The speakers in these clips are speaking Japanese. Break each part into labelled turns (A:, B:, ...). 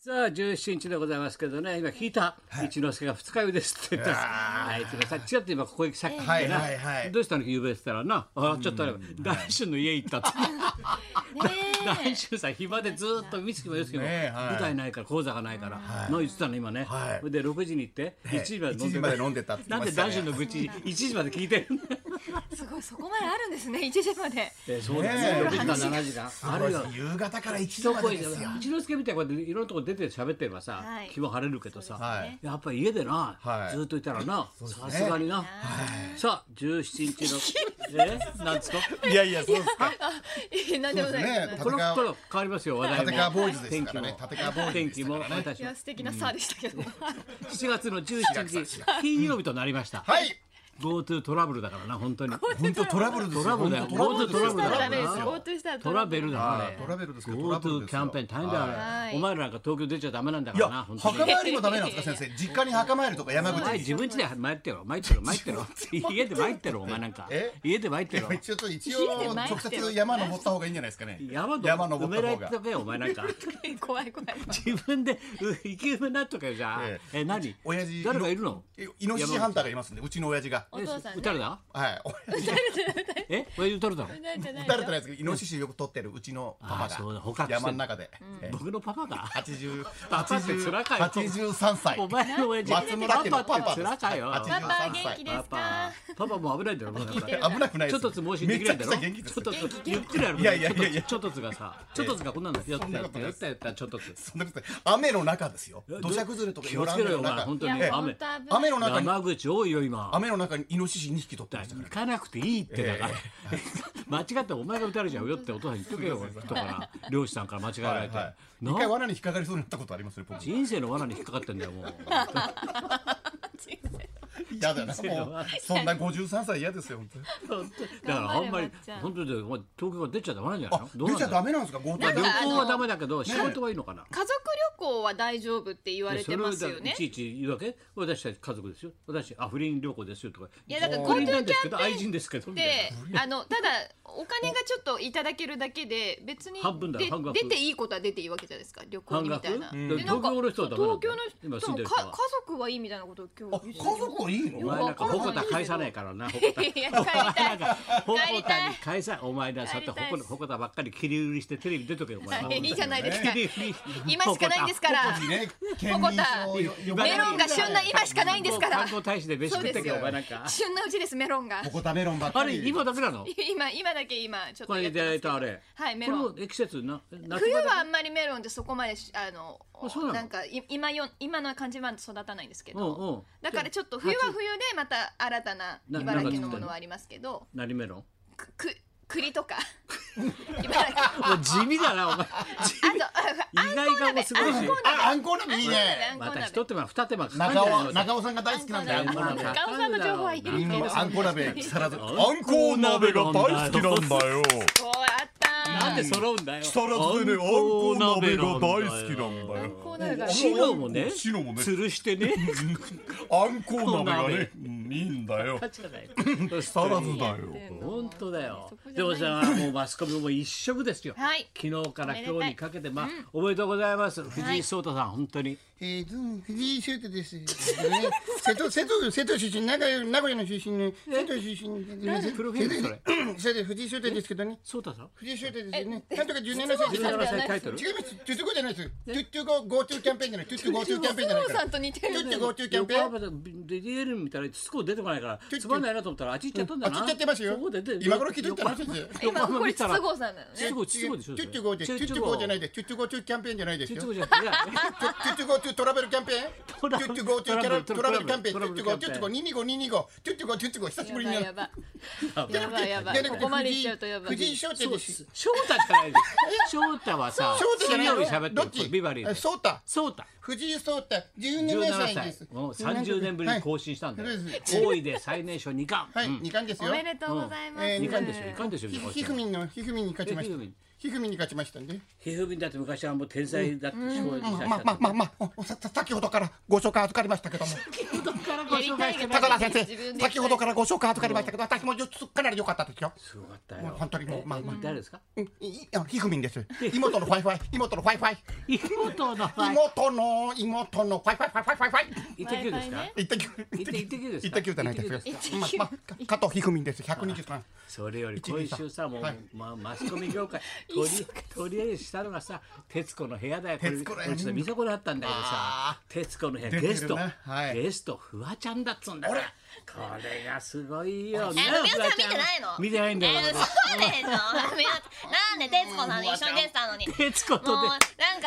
A: さあ17日でございますけどね今聞いた、一之輔が二日酔いですって言ったんですあいつがさっきちょっと今ここへさっき来てな、
B: はいはいはい
A: どうしたのゆうべって言ったらなあちょっとあれ来週の家行ったって 来週さ暇でずっと美月もよすけも、
B: ねえはい
A: 舞台ないから講座がないから、の言ってたの今ね、
B: はい
A: それで6時に行って1時まで飲んで,、
B: 1時まで飲んでたって言
A: な
B: っ
A: ん
B: て
A: で
B: まし
A: 男
B: たね
A: 子の愚痴1時まで聞いてるんだ
C: すごいそこまであるんですね一時まで。
A: えーそうだね、6時間7時間あるよ
B: 夕方から一
A: 人
B: 度ま
A: 声
B: で
A: で
B: ですよ。
A: 一之輔みたいにこうやっていろんなとこ出て喋ってればさ、
C: はい
A: 気も晴れるけどさ、
B: はい。
A: やっぱり家でな、
B: はい
A: ずっといたらな、
B: うです
A: さ
B: ね
A: すがにな。さあ、17日の、えなんですか。
B: いやいや、そうですか。
C: いやなんでもな
B: そう
C: い
B: ですね
A: この頃変わりますよ、話題も。
B: 立川ボーイズですからね
A: 天気
B: 立川ボ
A: も、
B: ー
A: 天
B: イズ
A: 気
B: でした
A: も、
B: からね
A: 私
C: いや
A: も。
C: 素敵なサーでしたけども。
A: 7月の17日、金曜日となりました。
B: はい。
A: GoTo トラブルだからな、本当に。
B: 本当トラブルです
A: トラブルだよ、GoTo トラブルだから
C: トラベ
A: な。
C: ルですよ GoTo したら
A: トラベルだ
B: あ
A: か
B: ート
A: ら
B: ラ
A: ね。
B: ベルですけど、トラブル
A: GoTo
B: です
A: キ
B: よ
A: ャンペーン大変だよあ
C: は
A: れ。
C: い
A: お前らなんか東京出ちゃダメなんだ
B: い
A: からな、
B: や、
A: 本当に
B: 墓。参りもダメなんですか、先生。実家に墓参るとか山口
A: お前
B: に。
A: 自分家で参ってろ参ってろ参ってろ家で参ってろお前なんか
B: え
A: 家で参ってろ
B: 一応、一応、直接山登った方がいいんじゃないですかね。
A: 山
B: 山
A: の埋
B: 登
A: められ
B: った方
A: て
B: が。
A: とけよお前なんか
C: 怖い怖い。
A: 自分で う生き埋めになっとけよじゃあ
B: え
A: え何
B: 親父
A: 誰がいるの
B: えイノシシハンターがいますんで、うちの親父が。
C: お父さん
A: え
C: ね。
A: 撃たれた
B: はい。親父
A: え親父撃たれたの
C: 撃たれてない
B: 撃たれてないですけど、イノシシよく取ってるうちのパ
A: あーそうだ捕獲
B: パ
A: し
B: が
A: て
B: 山の中で。え
A: 僕のパパが
B: 80
A: パパって辛かよ
B: 83歳。
A: お前の親父
B: 松村家の
A: パ
B: パ
A: パっ
B: パ
A: て
B: で
A: 辛
B: す
A: かよ
B: 83
C: パパ元気です
A: パ
C: か
A: パ。パパもう危ないんだろもうなんか
C: てる
B: 危なくない
A: ち
B: で
A: ょっ
B: す。
A: とつもう信じきれんだろ
B: めちゃくちゃ元気です
A: ちょっとつゆっくりやる
B: いやいやいやいや
A: ちょっとつがさちょっとつがこんなのやったやったやったやったちょっとつ
B: そんなことない雨の中ですよ。土砂崩れとか
A: 気をつけろよお前本
C: い
A: 当に
C: や
B: え
C: 本
A: 雨
C: 当危ない。
B: 雨の中に
A: 山口多いよ今
B: 雨の中にイノシシ2匹取ってましたか
A: 行
B: ら。
A: かなくていいってだから、間違ってお前が撃たれちゃうよってお父さん言っとけよ人から漁師さんから間違えられて、な
B: 一回罠に引っかかりそうになったことありますね。僕。
A: 人生の罠に引っかかってんだよもう
B: 嫌だな。もうそんな53歳嫌ですよ。本当に
A: だからあんまり
C: 頑張れまっちゃん
A: 本当にお前東京は出ちゃダメなんじゃない
B: あ
A: の、どう
B: 出ち
A: な
B: ゃ
A: んだろ
B: ダ
A: う
B: メなんですか。強盗
C: なんか
A: 旅行はダメだけど仕事はいいのかな
C: 家族旅行は大丈夫って言われてますよね
A: い。ちいち言うわけ私たち家族ですよ私アフリン旅行ですよとか
C: いやだから
A: アフリンなんですけど
C: GoTo キャンペーン
A: 愛人ですけどみたい
C: で
A: な、
C: あのただお金がちょっといただけるだけで別に
A: 半分だ
C: で
A: 半額
C: 出ていいことは出ていいわけじゃないですか旅行にみたいな。
A: 半額
C: で
A: うん
C: なんか
A: 東京の人はダメな
C: そ
A: んだ
C: う
A: よ
C: 東京の
A: 今
C: 人
A: 住んで
C: で
A: る人
C: も
A: は
C: か家族はいいみたいなことを今日言って
B: 家族はいい
A: お
B: の。
A: 前なんか
C: よくわ
A: 矛
C: かんない
A: 田返さないから な
C: た いや帰りたい。
A: ほこ
C: 帰り
A: た
C: た
A: に
C: い
A: 返さお前らそうやって
C: 帰りたい
A: ほこほこたばっかり切り売りしてテレビ出とけよお前
C: はいいいじゃないで すか
A: 切。り売り
C: 今しかないんですから。
B: ね。
C: 鉾田メロンが旬な今しかないんですから
A: 観光大使で飯
C: そう
A: 食っ
C: で
A: て
C: す
A: け
C: よ
A: よお前なんか
C: 旬なうちですメロンが
B: こ。こ食べロンばっ
A: あ
B: か
A: れ
B: り。
A: 今だけなの
C: 今今だけ今ちょっ
A: ことれ
C: や
A: で
C: っ
A: 出会え
C: て
A: たあ
C: ますけど。
A: れ
C: はいメ
A: こ
C: ロン
A: の。季節な夏
C: 冬
A: 場
C: は
A: だ
C: あんまりメロンってそこまでしあの
A: あそうなの
C: なんかい今よ今の感じまで育たないんですけど、
A: うんうん
C: だからちょっと冬は冬でまた新たな
A: な
C: 茨城のものはありますけど
A: 何メロン
C: くく 栗とか茨城あ
A: おい地味だなお前
C: とあ
A: 意外がもうすごいし
B: あ、あんこう鍋いいね。
C: あんこ
A: ま
C: 鍋
A: た一手間二手間かかんじ
B: 中
A: ゃない
B: 尾
A: の
B: 中尾さんが大好きなんであんこう鍋。
C: 中尾さんの情報はいるけど
B: あんこう鍋木更津。あ
A: んこう鍋が大好きなん
B: だよ。
C: こうあった
A: なんで揃うんだよ
B: 木更津でね、あんこう鍋が大好きなんだ
C: あん
B: よ。
C: こう鍋が
A: シノもね
B: シノもね
A: 吊るして ね
B: あんこう鍋がね、うんいいんだよ。
A: じゃない
B: 木更津だよ。
A: 本当だよ
C: そこ。じ
A: で
C: ゃ
A: も
C: ない
A: さ、もうマスコミも一色ですよ。
C: はい
A: 昨日から今日にかけて、まあ
C: おめでたいうん、
A: おめでとうございます。藤井聡太さん、本当に。
D: えー、どうも藤井秀太です。 ね、瀬戸、瀬戸、瀬戸出身、名古屋、名古屋の出身の、瀬戸出身で、ね、
A: プロフィールそれ。
D: それで藤井秀太ですけどね。
A: 聡太さん。
D: 藤井秀太ですね。なんとか17歳です。違い
A: 17歳タイトル
D: ま。す。トゥトゥゴじゃないです。トゥトゥゴ、ゴートゥキャンペーンじゃない。トゥトゥゴートゥキャンペーンじゃない
C: お父
D: から。
C: さ
D: ト
C: んと似てる
D: ゥトゥゴートゥキャン
A: 横
D: ペーン。
A: 浜で DL 見たらスコア出てこないからつまんないなと思ったらあっち行っちゃったんだ
D: あ
A: な
D: ちっちゃってますよ
A: そこでで。
D: 今頃聞いとったら、
A: 横
D: 先
A: 浜
D: 生。
C: 今これ
A: 見たら
C: 筒香さんなのね
A: すごいすごいでしょ
D: トゥトゥゴーで、トゥトゥゴーじゃないで、トゥトゥゴートゥキャンペーンじゃないです
A: ち
D: よ
A: ょ。じゃないいや
D: トゥトゥゴートゥトラベルキャンペーン
A: ト
D: ト
A: ラ
D: ゥ
A: ブル
D: トゥゴートゥキャラ
A: ト
D: ト
A: ラ
D: ラ
A: ブル
D: ベルキャンペーン
A: ト
D: ト
A: ラ
D: ゥ
A: ブル
D: トゥ
A: キ
D: ゴ
A: ャ
D: ー
A: ンペ
D: ト
A: ー
D: ゥ
A: ン
D: トゥゴー225 225トゥトゥゴートゥトゥゴー久しぶりにや
C: や
D: る
C: ば
D: じゃ
C: や
D: なく
C: ば
D: て
C: いやばいやば
D: じゃ
C: い
D: なく
C: こ
D: て
C: こまで行っちゃうとやばい
D: 藤井翔太です
A: 翔太じゃないです翔太はさ
D: 翔太じ
A: 水
D: ゃない
A: 曜
D: の
A: 日喋
D: どっ
A: ってる
D: ち
A: ビバリーで
D: ソータ
A: 聡太
D: 藤 井聡太17
A: 17
D: 歳で
A: 歳
D: す
A: もう30年ぶりに更新したんだよ
D: はいそうです
A: 好意で最年少2冠
D: はい、二冠です
C: お
D: よ
C: めでとうございます
D: うん
A: 2冠ですよ2冠ですよ
D: ひひふみんのひふみんに勝ちました
A: え
D: ひふみに勝ちましたんで。
A: ひふみんだって昔はもう天才だって称
D: ま
A: され
D: あまあまあまあ、おおさ先ほどからご紹介預かりましたけども。
A: からご紹介して
E: やりたいが
A: まし
D: 高
A: た
D: 田先生、先ほどからご紹介預かりましたけど、私もよかなり良かったですよ。
A: すごかった
D: もう
A: よ
D: 本当にもうまあまあ
A: え誰ですか
D: うんいいあひふみんです。妹のファイファイ、妹のファイファイ、
A: 妹のファイ
D: 妹の妹のファイファイファイファイファイファイ。
A: 一滴ですか
E: Wi-Fi ね
D: 一滴
A: 一滴一滴ですか
D: 一滴じゃないですよ
A: 一滴で。
E: すか
D: まあまあか加藤ひふみんです。百二十三。
A: それより
D: 一二
A: 今
D: 三
A: 週さもう、
D: はい
A: まあ、マスコミ業 界とりとりあえずしたのがさ『徹子の部屋』だよこれ
D: 徹子の部屋
A: これちょっと見損なったんだけどさ
D: あ
A: 『徹子の部屋』
D: 出てる
A: ゲ
D: な
A: スト、
D: はい
A: ゲストフワちゃんだっつうんだからこれがすごいよね
C: え皆さん見てないの
A: 見てないんだよ
C: え嘘でしょ皆さんなんで徹子さんに一緒に出てたのにもう
A: 徹子とね
C: なんか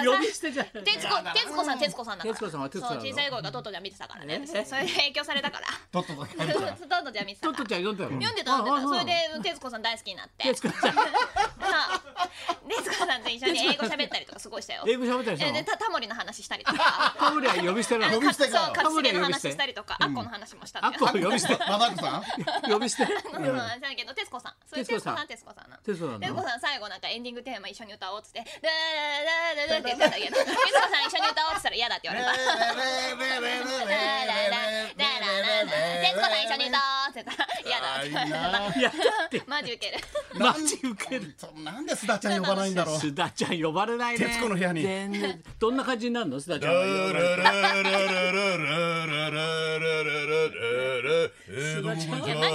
C: さ
A: 呼び捨てじゃない
C: 徹子徹子さん徹子さんだから
A: 徹子さんは徹子さんな
C: そ
A: の
C: う小さい頃からトットちゃん見てたからね
A: え
C: それで影響されたから
D: とっとと帰るから。
C: トットちゃん見てた
A: トット
C: から
A: ちゃん読んだよ
C: 読んでた読んでたそれで
A: で
C: 徹子さん大好きになって
A: 徹子 ちゃん
C: 徹子さんと一緒に英語喋ったりとかすごいしたよ
A: 英語喋ったでし
C: え
A: ょ
C: でタタモリの話したりとか
A: タモリは呼び捨てな
C: あの
A: の
D: び捨て
C: そ
D: か
C: う一茂の
A: タモリは呼び捨
C: 話
A: て
C: したりとかアッコの話もしたん
A: あ
C: だ
A: っ
C: よ
A: こ呼び 捨て
D: マダルさん。
A: 呼び捨て
C: そうなんだけど徹子さんそれ
A: 徹
C: 徹
A: 子
C: 子
A: さん
C: さん徹子さんなの
A: 徹子さんな
C: 徹
A: の
C: 子さん最後なんかエンディングテーマ一緒に歌おうっつって「ダーダーダーダー」って言ってたんだけど徹子さん一緒に歌おうっつったら嫌だって言われた「ダーダーダーダーダーダーダー」徹子さん一緒に歌おうっつってたら嫌だって言われた
A: いやだって
C: マジウケる
A: マジウケる
D: そなんで須田ちゃん呼ばないんだろう。
A: 須田ちゃん呼ばれないね
D: 徹子の部屋に
A: 全然どんな感じになるの須田ちゃんは呼ばれて
C: いや何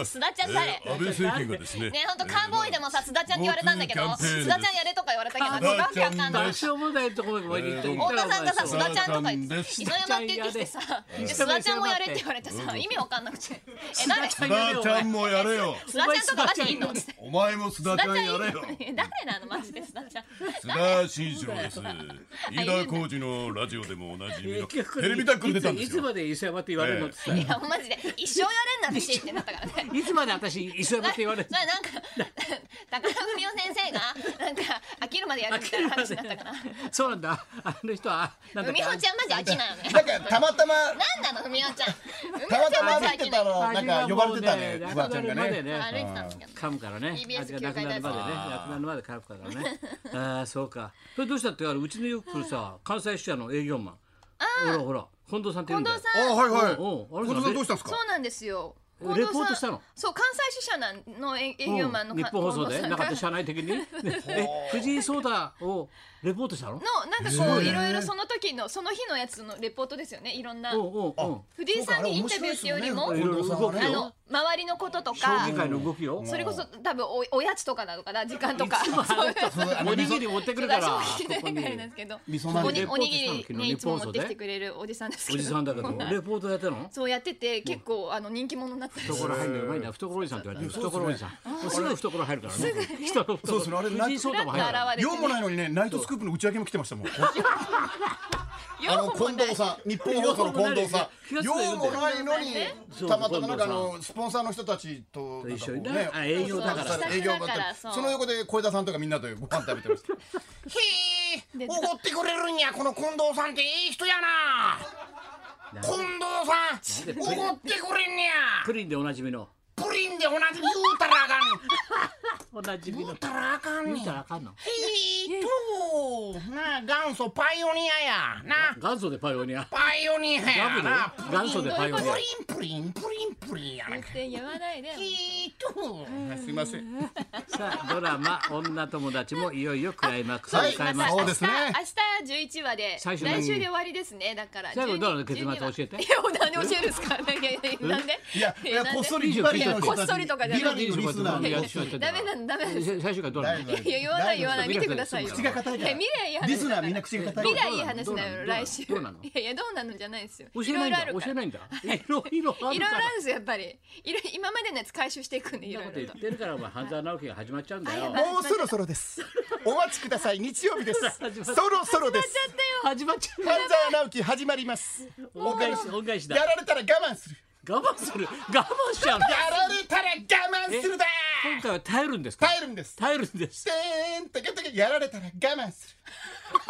C: 須田ちゃん誰
B: 安倍政権がですね
C: ねほんとカウボーイでもさ須田ちゃんって言われたんだけど須田ちゃんやれとか言われたけどすごくわけわかんない
A: 爆笑問題のところまで行って
C: 太田さんがさ須田ちゃんとか言って
B: 須
C: 磯山って言ってきてさで須田ちゃんもやれって言われてさ意味わかんなくてえ誰須
A: 須
B: ダちゃんもやれよ
C: 田ちゃんとかマジでいいのつって
B: お前も須田
C: 須田
B: ち
C: ち
B: ゃ
C: ゃん
B: ん
C: いい
B: や
C: の
B: れよ
C: 誰なのマジで須田ちゃん
B: 須田新一郎です飯田浩二のラジオでもおなじみのテレビタックル出たんで
A: い
B: す
A: つ
B: よ
A: まで磯山って言われるのってさ
C: いやマジで一生やれんな私ってなったからね
A: いつまで私磯山って言われる
C: それなんか高田文雄先生がなんか飽きるまでやるみたいな話になったから
A: そうなんだあの人はなんだっ
C: 文
A: け
C: 雄ちゃんマジ飽きないよね
D: なんかたまたま
C: なんなの文雄ちゃん文雄
D: たま
C: ちゃん
D: た
C: マ
D: ま
C: ジ
D: 歩い
C: 飽き
D: て
C: な
D: た
C: い
D: らなんか呼ばれてたね。須田ちゃんが
A: まで
D: ね。
A: ね
C: 歩いてたんだけど
A: 噛むからね
C: TBS
A: 味がなくなるまでねなくなるまで噛むからねああそうかそれどうしたってあのうちのよく来るさ関西支社の営業マンほらほら近藤さんって言うんだよ
D: あはいはい。
A: おうあれ
D: 小田さんどうしたんですか
C: そ。うなんですよ。
A: レポートしたの
C: そう関西支社なんの営営業マン
A: う
C: の
A: ん日本放送で
C: 近
A: な
C: 藤さ
A: か
C: ん
A: った社内
C: が
A: 的にえ藤井聡太をレポートしたの
C: のなんかこういろいろその時のその日のやつのレポートですよね。いろんな
A: おうおうお
C: 藤井さんにインタビューっていうよりも、
A: いろいろ動く
C: あ
A: よ
C: の周りのことと
A: 将
C: か
A: 棋、界の動きを
C: それこそ多分おおやつとかなのかな時間とか。
A: いつもあの人おにぎり持ってくるから
C: 将
A: そ
C: 棋
A: こに
C: 界なんですけど、
D: 味噌
C: お
D: 鍋
C: に
A: レポー
C: お
A: ト
C: に
A: したの
C: ぎ
A: 昨日
C: りねいつ
A: 日本放
C: も
A: 送
C: 持っ
A: で
C: てきてくれるおじさんですけ
A: お
C: ど。
A: じさんだけどレポートやったの
C: そうやってて結構あの人気者になったりして
A: 懐入るのうまいな懐おじさんって言われてる懐おじさんもうすぐ懐入るからね人の懐
D: そうですねあれ
A: 藤井聡
C: フラ
A: 太
C: ッ
A: も
C: と
A: 入るから
C: 現れて
D: 用
C: ね、
D: もないのにね、ナイトスクープの打ち上げも来てましたもん。あの近藤さん、日本放送の近藤さん、
A: 用
D: 用
A: も
D: も
A: な
D: ないのに、たまたまなんかあのスポンサーの人たちとなんか
A: 一
D: こう
A: 緒にねあ営業だから
C: そうそう
D: 営業だから
C: そう
D: その横で小枝さんとかみんなでご飯食べてました。へえ、
C: で
D: おごってくれるんやこの近藤さんっていい人やな。近
A: なんで
D: 藤さん、おごってくれんねや。
A: プリンでおなじみの
D: プリンで同じ言うたらあかん、
A: おなじみ
D: 言
A: の
D: うたらあかんね
A: 見
D: ん。
A: たらあかんの
D: へえと、なあ元祖パイオニアやな。
A: 元祖でパイオニア
D: パイオニアやな。
A: ダブル元祖でパイオ
D: プ
A: ニア
D: リンプリンプリンプリンやな。へ
C: 言って言わないで。
D: えと。すいません。
A: さあドラマ「女友達」もいよいよクライマックスを
D: はい
A: 迎えま
D: ま
A: し
D: あ
A: た
D: そうですね
C: 明日十一話で、
A: 最
C: 来
A: 終
C: 週
A: の
C: で終わりですね。だから。
A: 最後
C: 12
A: どうなの結末
C: 12話
A: 教えて
C: いや、お題に教えるんですか。 いやいやいや、なんで。
D: いやいや
C: なんで
D: こっそりビバリーの人たち
C: こっそりとかじゃない
D: ビバリーのリスナーの
A: いや
D: 人
A: い
D: た
A: や
D: ち
A: いや
C: ダメなん、ダメなんです。
A: 最終回ドラマ
D: だい
C: いや、言わない、言わな
A: だ
C: い、
A: い
C: 見
A: ぶ
C: てくださいよ。
A: 口
D: が硬いから
C: え見りゃいい話だから。
D: リスナーみんな口が硬い
C: 見りゃいい話だ
A: どうなの
C: よ、来週。い
A: どうなの
C: やいや、どうなのじゃないですよ。
A: 教
C: い
A: え
C: ろ
A: ないいん
C: ろ
A: だ
C: あるか
A: 教え
C: ら。
A: ないん だいろいろあ
C: い
A: る
C: ろい
A: か
C: ろあ
A: ら
C: るんですよ、やっぱり。いろ、今までのやつ回収していくんで、いろい
A: こ
C: ろ
A: と
C: と
A: 言っ。てるからお前半沢直樹が始まっちゃうんだ
C: あ
A: よ
C: やばい
D: もうそろそろです。 お待ちください。日曜日です。そろそろです。
A: 始まっちゃ
D: 半沢直樹始まります。
A: う恩返し恩返し
D: や
A: だ
D: られたら我慢する。
A: 我慢する我慢しちゃうの
D: やられたら我慢するだ。
A: 今回は耐えるんですか
D: 耐えるんです。
A: 耐えるんです
D: てーんてけてけやられたら我慢する。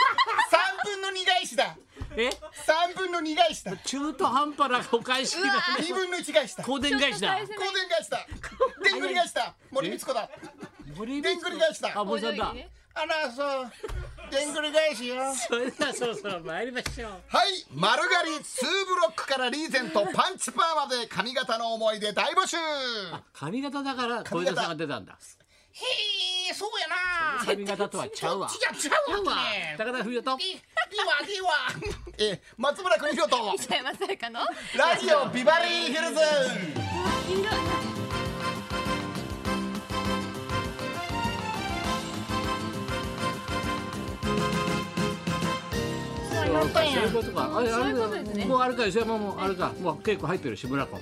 D: 三分の二返しだ。
A: え
D: 三分の二返しだ。
A: 中途半端なお返しだ
D: 二分の一返した。
A: 香典返しだ
C: ちょっと
D: 光電返した。でんぐり返した。森光子だ。
A: 森
D: でんぐり返した
A: あ森さんだ
C: お料理ね
D: あら そうでんぐり返しよ
A: それではそろそろ参りましょう
B: はい丸刈りツーブロックからリーゼントパンチパーまで髪型の思い出大募集
A: 髪型だから小枝さんが出たんだ
D: へえそうやな
A: 髪型とはちゃうわ
D: 違う違うわ
A: うわ
D: ね
A: 高田文夫と
D: いいわいいわ
B: えー松村邦洋と
C: 北山さやかの
B: ラジオビバリーヒルズ
A: そうかそういうことかあれあ
C: そう
A: れ
C: いうことです
A: だ
C: ね
A: もうあれか石山もあれかもう稽古入ってる志 村君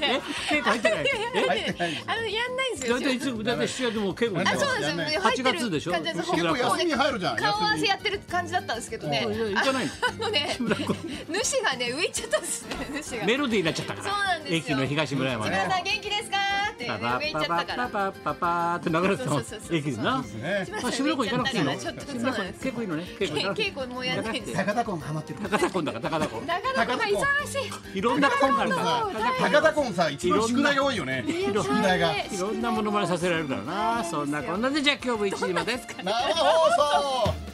A: え稽古入ってないえ
D: 入ってないです
C: あのやんないんですよ
A: 大体いつ大体7月もう稽古入って
C: あ
A: ます
C: そうなんですよ
A: 8月でしょ
C: 入ってる感じ
A: 結構
C: です
A: 休
C: ね
B: 入るじゃん
C: 顔合わせやってる感じだったんですけどね
A: いやいや行かないの
C: あの ね主がね上行っちゃったんですね主が
A: メロディーになっちゃったから
C: そうなんですよ
A: 駅の東村山の
C: 皆さん元気ですかって上
A: パ
C: 行
A: パ
C: っちゃっ
A: パパ
C: たか
A: パ
C: ら
A: パパパーって流れてたの
C: そうそうそうそう
A: 駅でな
B: ね
C: 志村
A: あ
C: さん
A: 志村
C: 上行
A: 君
C: っ
A: 行
C: ちゃ
A: かなくていいの
C: ったからちょっとそうなんです
A: 稽古いいのね稽古行かなくて
C: 稽古もうやんないんですよ
B: 高田君ハマってる
A: 高田君だから高田君
C: なかなか忙しい
A: いろんな本があるから
B: 高田君さ一番宿題が多いよね宿題が
A: いろんなものまねさせられるからなそんなこんなでじゃあ今日も1時まで。
B: 生放送